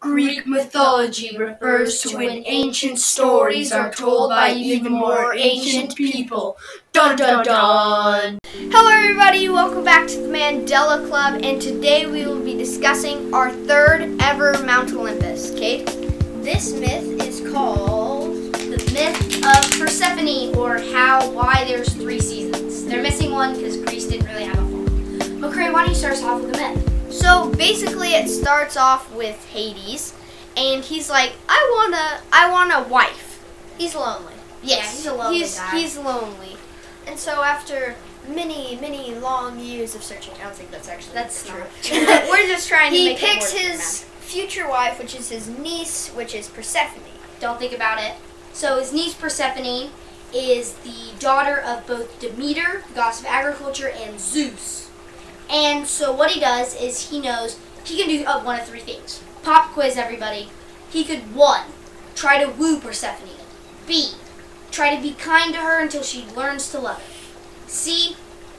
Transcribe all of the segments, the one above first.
Greek mythology refers to when ancient stories are told by even more ancient people. Dun dun dun! Hello, everybody. Welcome back to the Mandela Club, and today we will be discussing our third ever Mount Olympus. Kate, this myth is called the myth of Persephone, or how why there's three seasons. They're missing one because Greece didn't really have a fall. McCray, why don't you start us off with the myth? So basically, it starts off with Hades, and he's like, "I wanna, I want a wife." He's lonely. Yes, he's a lonely he's, guy. he's lonely. And so after many, many long years of searching, I don't think that's actually That's true. not- We're just trying to He make it picks more his- dramatic. future wife, which is his niece, which is Persephone. Don't think about it. So his niece Persephone is the daughter of both Demeter, the goddess of agriculture, and Zeus. And so what he does is he knows he can do uh, one of three things. Pop quiz, everybody. He could one, try to woo Persephone. B, try to be kind to her until she learns to love him. C,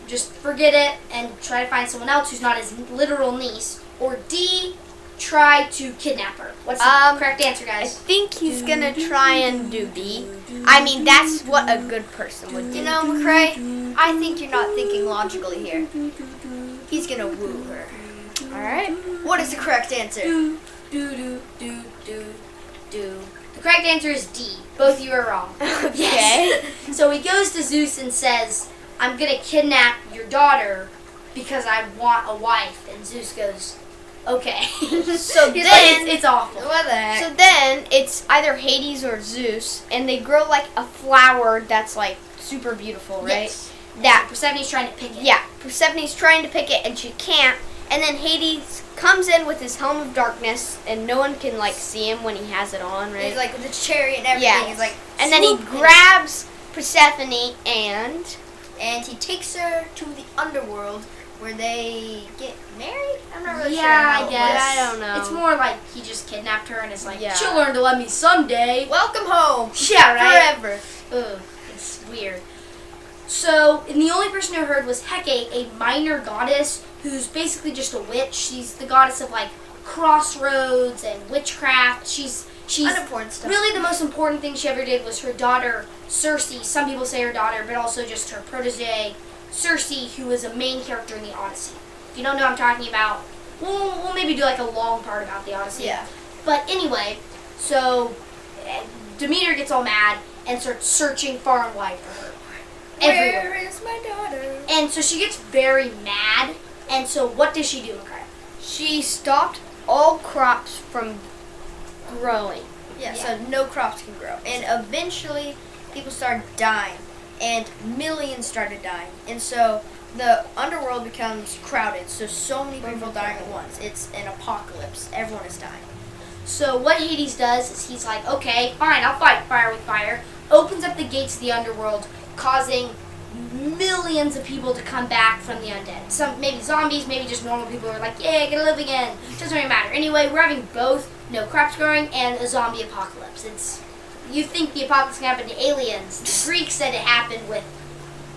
just forget it and try to find someone else who's not his literal niece. Or D, try to kidnap her. What's the Um, correct answer, guys? think he's gonna try and do B. I mean, that's what a good person would do. You know, McCray, I think you're not thinking logically here. He's gonna woo her. Alright. What is the correct answer? Do, do, do, do, do, do. The correct answer is D. Both of you are wrong. Yes. so he goes to Zeus and says, I'm going to kidnap your daughter because I want a wife. And Zeus goes, okay. So He's like, then- it's, it's awful. What the heck? So then it's either Hades or Zeus, and they grow like a flower that's like super beautiful, right? Yes. That Persephone's trying to pick it. yeah, Persephone's trying to pick it and she can't, and then Hades comes in with his helm of darkness, and no one can like see him when he has it on, right? He's like with the cherry and everything. yeah, He's like, and then he swoop, grabs Persephone and and he takes her to the underworld where they get married. I'm not really yeah, sure. how I it guess. I don't know. It's more like he just kidnapped her and is like, Yeah. she'll learn to love me someday. works. Welcome home Yeah, right. forever. Ugh, it's weird. So, and the only person who heard was Hecate, a minor goddess who's basically just a witch. She's the goddess of like crossroads and witchcraft. She's she's Unimportant stuff. really the most important thing she ever did was her daughter Circe. Some people say her daughter, but also just her protege Circe, who was a main character in the Odyssey. If you don't know what I'm talking about, we'll, we'll maybe do like a long part about the Odyssey. Yeah. But anyway, so eh, Demeter gets all mad and starts searching far and wide for her. Everywhere. Where is my daughter? And so she gets very mad. And so what does she do, McCray? she stopped all crops from growing. Yeah, So no crops can grow, and eventually people started dying, and millions started dying, and so the underworld becomes crowded. So so many people dying at once. It's an apocalypse. Everyone is dying. So what Hades does is he's like, okay, fine, I'll fight fire with fire. Opens up the gates of the underworld, causing millions of people to come back from the undead. Some maybe zombies, maybe just normal people who are like, yeah, gonna live again. Doesn't really matter. Anyway, we're having both no crops growing and a zombie apocalypse. It's you think the apocalypse can happen to aliens. The Greeks said it happened with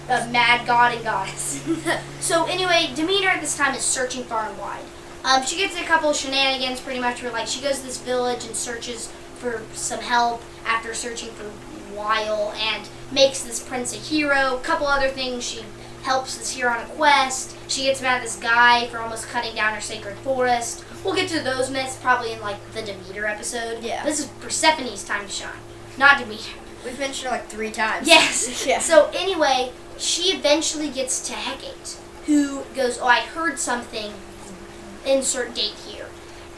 a Uh, mad god and goddess. so anyway, Demeter at this time is searching far and wide. Um, she gets a couple shenanigans pretty much where like she goes to this village and searches for some help after searching for a while and makes this prince a hero. couple other things she helps this hero on a quest. She gets mad at this guy for almost cutting down her sacred forest. We'll get to those myths probably in like the Demeter episode. Yeah. This is Persephone's time to shine, not Demeter. We've mentioned her like three times. Yes. Yeah. So anyway, she eventually gets to Hecate, who goes, "Oh, I heard something. Insert date here."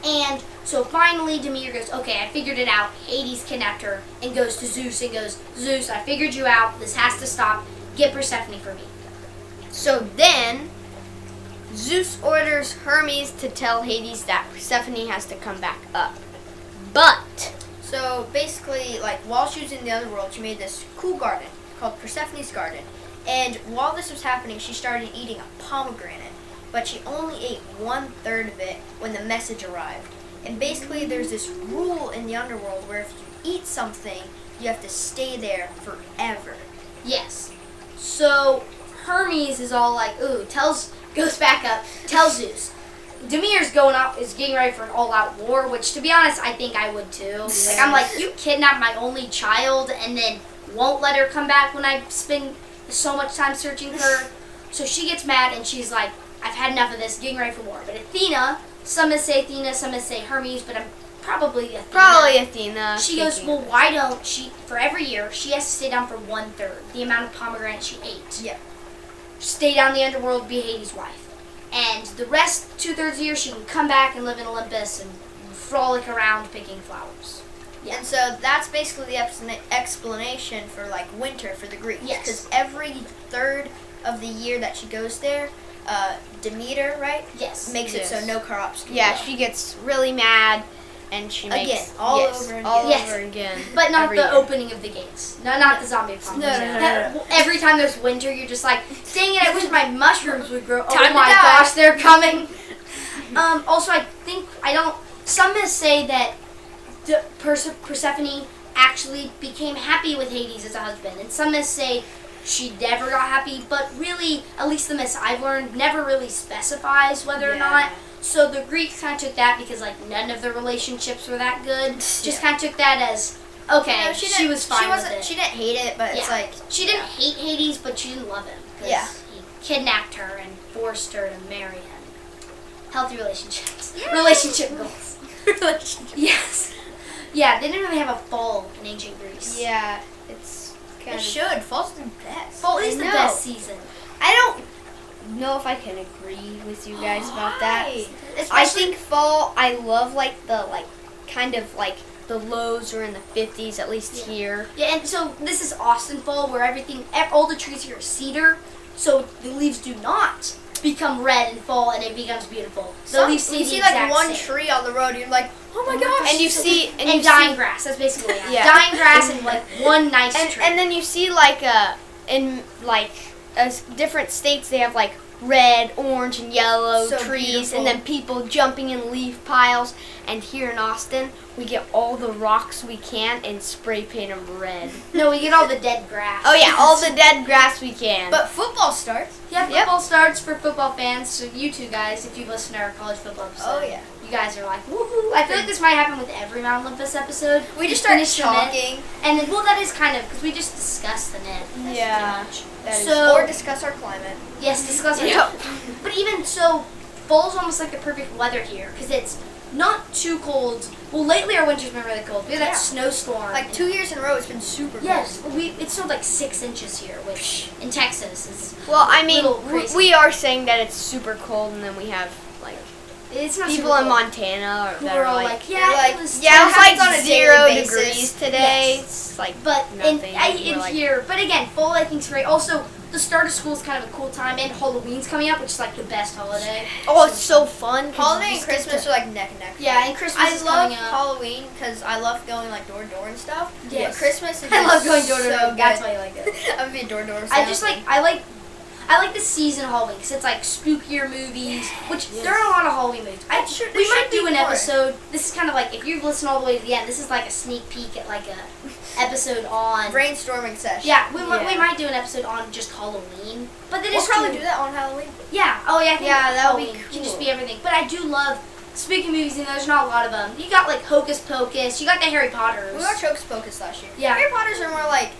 And so finally, Demeter goes, "Okay, I figured it out." Hades kidnapped her and goes to Zeus and goes, "Zeus, I figured you out. This has to stop. Get Persephone for me." So then, Zeus orders Hermes to tell Hades that Persephone has to come back up. But So basically, like while she was in the other world, she made this cool garden called Persephone's Garden. And while this was happening, she started eating a pomegranate, but she only ate one third of it when the message arrived. And basically, there's this rule in the underworld where if you eat something, you have to stay there forever. Yes. So Hermes is all like, ooh, tells goes back up, tells Zeus, Demir's going up is getting ready for an all-out war, which to be honest, I think I would too. Like I'm like, you kidnapped my only child and then won't let her come back when I spend so much time searching for her. So she gets mad and she's like, I've had enough of this, getting ready for war. But Athena, some would say Athena, some would say Hermes, but I'm probably Athena. Probably Athena. She goes, thinking well, of it. why don't she? For every year, she has to stay down for one third the amount of pomegranate she ate. Yeah. Stay down in the underworld, be Hades' wife, and the rest two thirds of the year she can come back and live in Olympus and frolic around picking flowers. Yeah. And so that's basically the ex- explanation for like winter for the Greeks. Yes. Because every third of the year that she goes there, uh, Demeter, right, Yes. makes it so Yes. no crops. Can Yeah, grow. she gets really mad, and she makes Again, all yes, over all again. over again. But not every the year. opening of the gates. No, not the zombie apocalypse. No, no, no, That- Every time there's winter, you're just like, dang it, I wish my mushrooms would grow. Time oh to my die. gosh, they're coming. um, also, I think, I don't, some mis- say that the Perse- Persephone actually became happy with Hades as a husband, and some mis- say she never got happy, but really, at least the myths I've learned, never really specifies whether or Yeah. not so the Greeks kind of took that because like none of the relationships were that good. Just kind of took that as okay, No, she, didn't- was fine She wasn't. with it. She, She didn't hate it, but it's Yeah. like didn't hate Hades, but she didn't love him 'cause Yeah. he kidnapped her and forced her to marry him. Healthy relationships, relationship goals. relationship. Yes, yeah, they didn't really have a fall in ancient Greece. Yeah, it's kind It of. should. Fall's the best. fall is I the know. best season. I don't know if I can agree with you guys about that. Why? I Especially think fall. I love like the like kind of like the lows are in the fifties at least Yeah. here. Yeah, and so this is Austin Fall, where everything, ev- all the trees here are cedar, so the leaves do not become red and fall, and it becomes beautiful. The some- leaves stay you the see like exact one same. tree on the road. You're like, oh my my gosh. And you see and, and, you dying see, grass. That's basically it. Yeah. Dying grass and like one nice and, tree. and then you see like uh in like uh, different states they have like red, orange, and yellow So trees, beautiful. and then people jumping in leaf piles. And here in Austin, we get all the rocks we can and spray paint them red. no, we get all the dead grass. Oh yeah, all the dead grass we can. But football starts. yeah. Yep. Football starts for football fans. So you two guys, if you listen to our college football episode, Oh yeah. you guys are like, woohoo! I feel like this might happen with every Mount Olympus episode. We just started finish the myth, talking and then well, that is kind of because we just discussed the myth. That's pretty Yeah. much. That is- so or discuss our climate. yes, discuss it. Yep. But even so, fall's almost like the perfect weather here because it's not too cold. Well, lately our winter's been really cold. We had that Yeah. snowstorm. Like and- two years in a row, it's been super. cold. Yes, we it snowed like six inches here, which in Texas is Well, I mean, Little w- crazy. we are saying that it's super cold, and then we have like it's not people super in cold. Montana or who that are are all like, like, yeah, like, it was yeah, it it's happens on like a zero daily basis. degrees today. Yes. It's like but in, nothing. I, We're in like- here. But again, fall I think is great. Also, the start of school is kind of a cool time, and Halloween's coming up, which is like the best holiday. oh, it's so fun. 'cause Holiday you and just get Christmas to- are like neck and neck. Yeah, and Christmas I is love coming up. Halloween because I love going like door to door and stuff. Yes. But Christmas is I love just going door to so door. good. That's why I like it. I'm gonna be a door to door. I just like I like I like the season of Halloween because it's like spookier movies, which there are a lot of Halloween movies. I, That should- we there might should do be an more. episode. This is kind of like if you've listened all the way to the end, this is like a sneak peek at like a episode on. brainstorming session. Yeah, we, might we Yeah. might do an episode on just Halloween, but then we'll it's probably do that on Halloween. Yeah. Oh yeah. I think Yeah, that would be Halloween Can just cool. be everything. But I do love speaking of movies, and there's not a lot of them. You got like Hocus Pocus. You got the Harry Potter's. We watched Hocus Pocus last year. Yeah. Harry Potter's are more like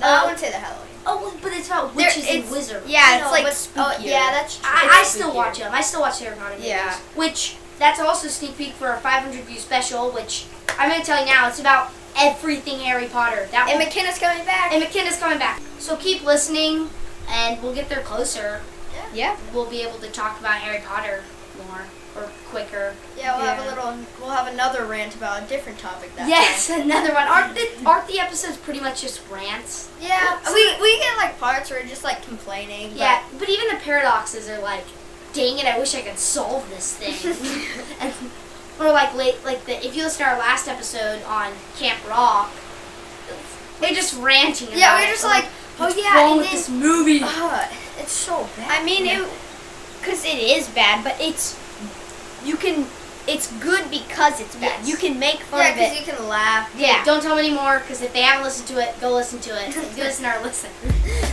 no, Oh. I wouldn't say the Halloween. oh, but it's about There- witches and it's- wizards. Yeah, it's No, like but- oh, spookier. yeah, that's true. I, I It's still spookier. watch them. I still watch Harry Potter movies. Yeah. Which that's also a sneak peek for our 500 view special, which I'm gonna tell you now. It's about everything Harry Potter. That And one, McKenna's coming back. and McKenna's coming back. So keep listening, and we'll get there closer. Yeah. We'll be able to talk about Harry Potter more or quicker. yeah, we'll have a Yeah. little. We'll have another rant about a different topic. That yes, another one. Aren't the, aren't the episodes pretty much just rants? time. Yeah. Uh, We we get like parts where we're just like complaining. But yeah, but even the paradoxes are like, dang it, I wish I could solve this thing. and, or like late, like the if you listen to our last episode on Camp Rock, we're just ranting. Yeah, about we're it, just like, oh yeah, wrong and with then this movie? uh, it's so bad. I mean, it because it is bad, but it's you can. It's good because it's bad. Yes. You can make fun yeah, of because it. you can laugh. yeah. Don't tell them anymore because if they haven't listened to it, go listen to it. Go listen to our listen.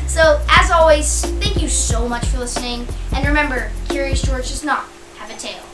So as always, thank you so much for listening, and remember, Curious George does not have a tail.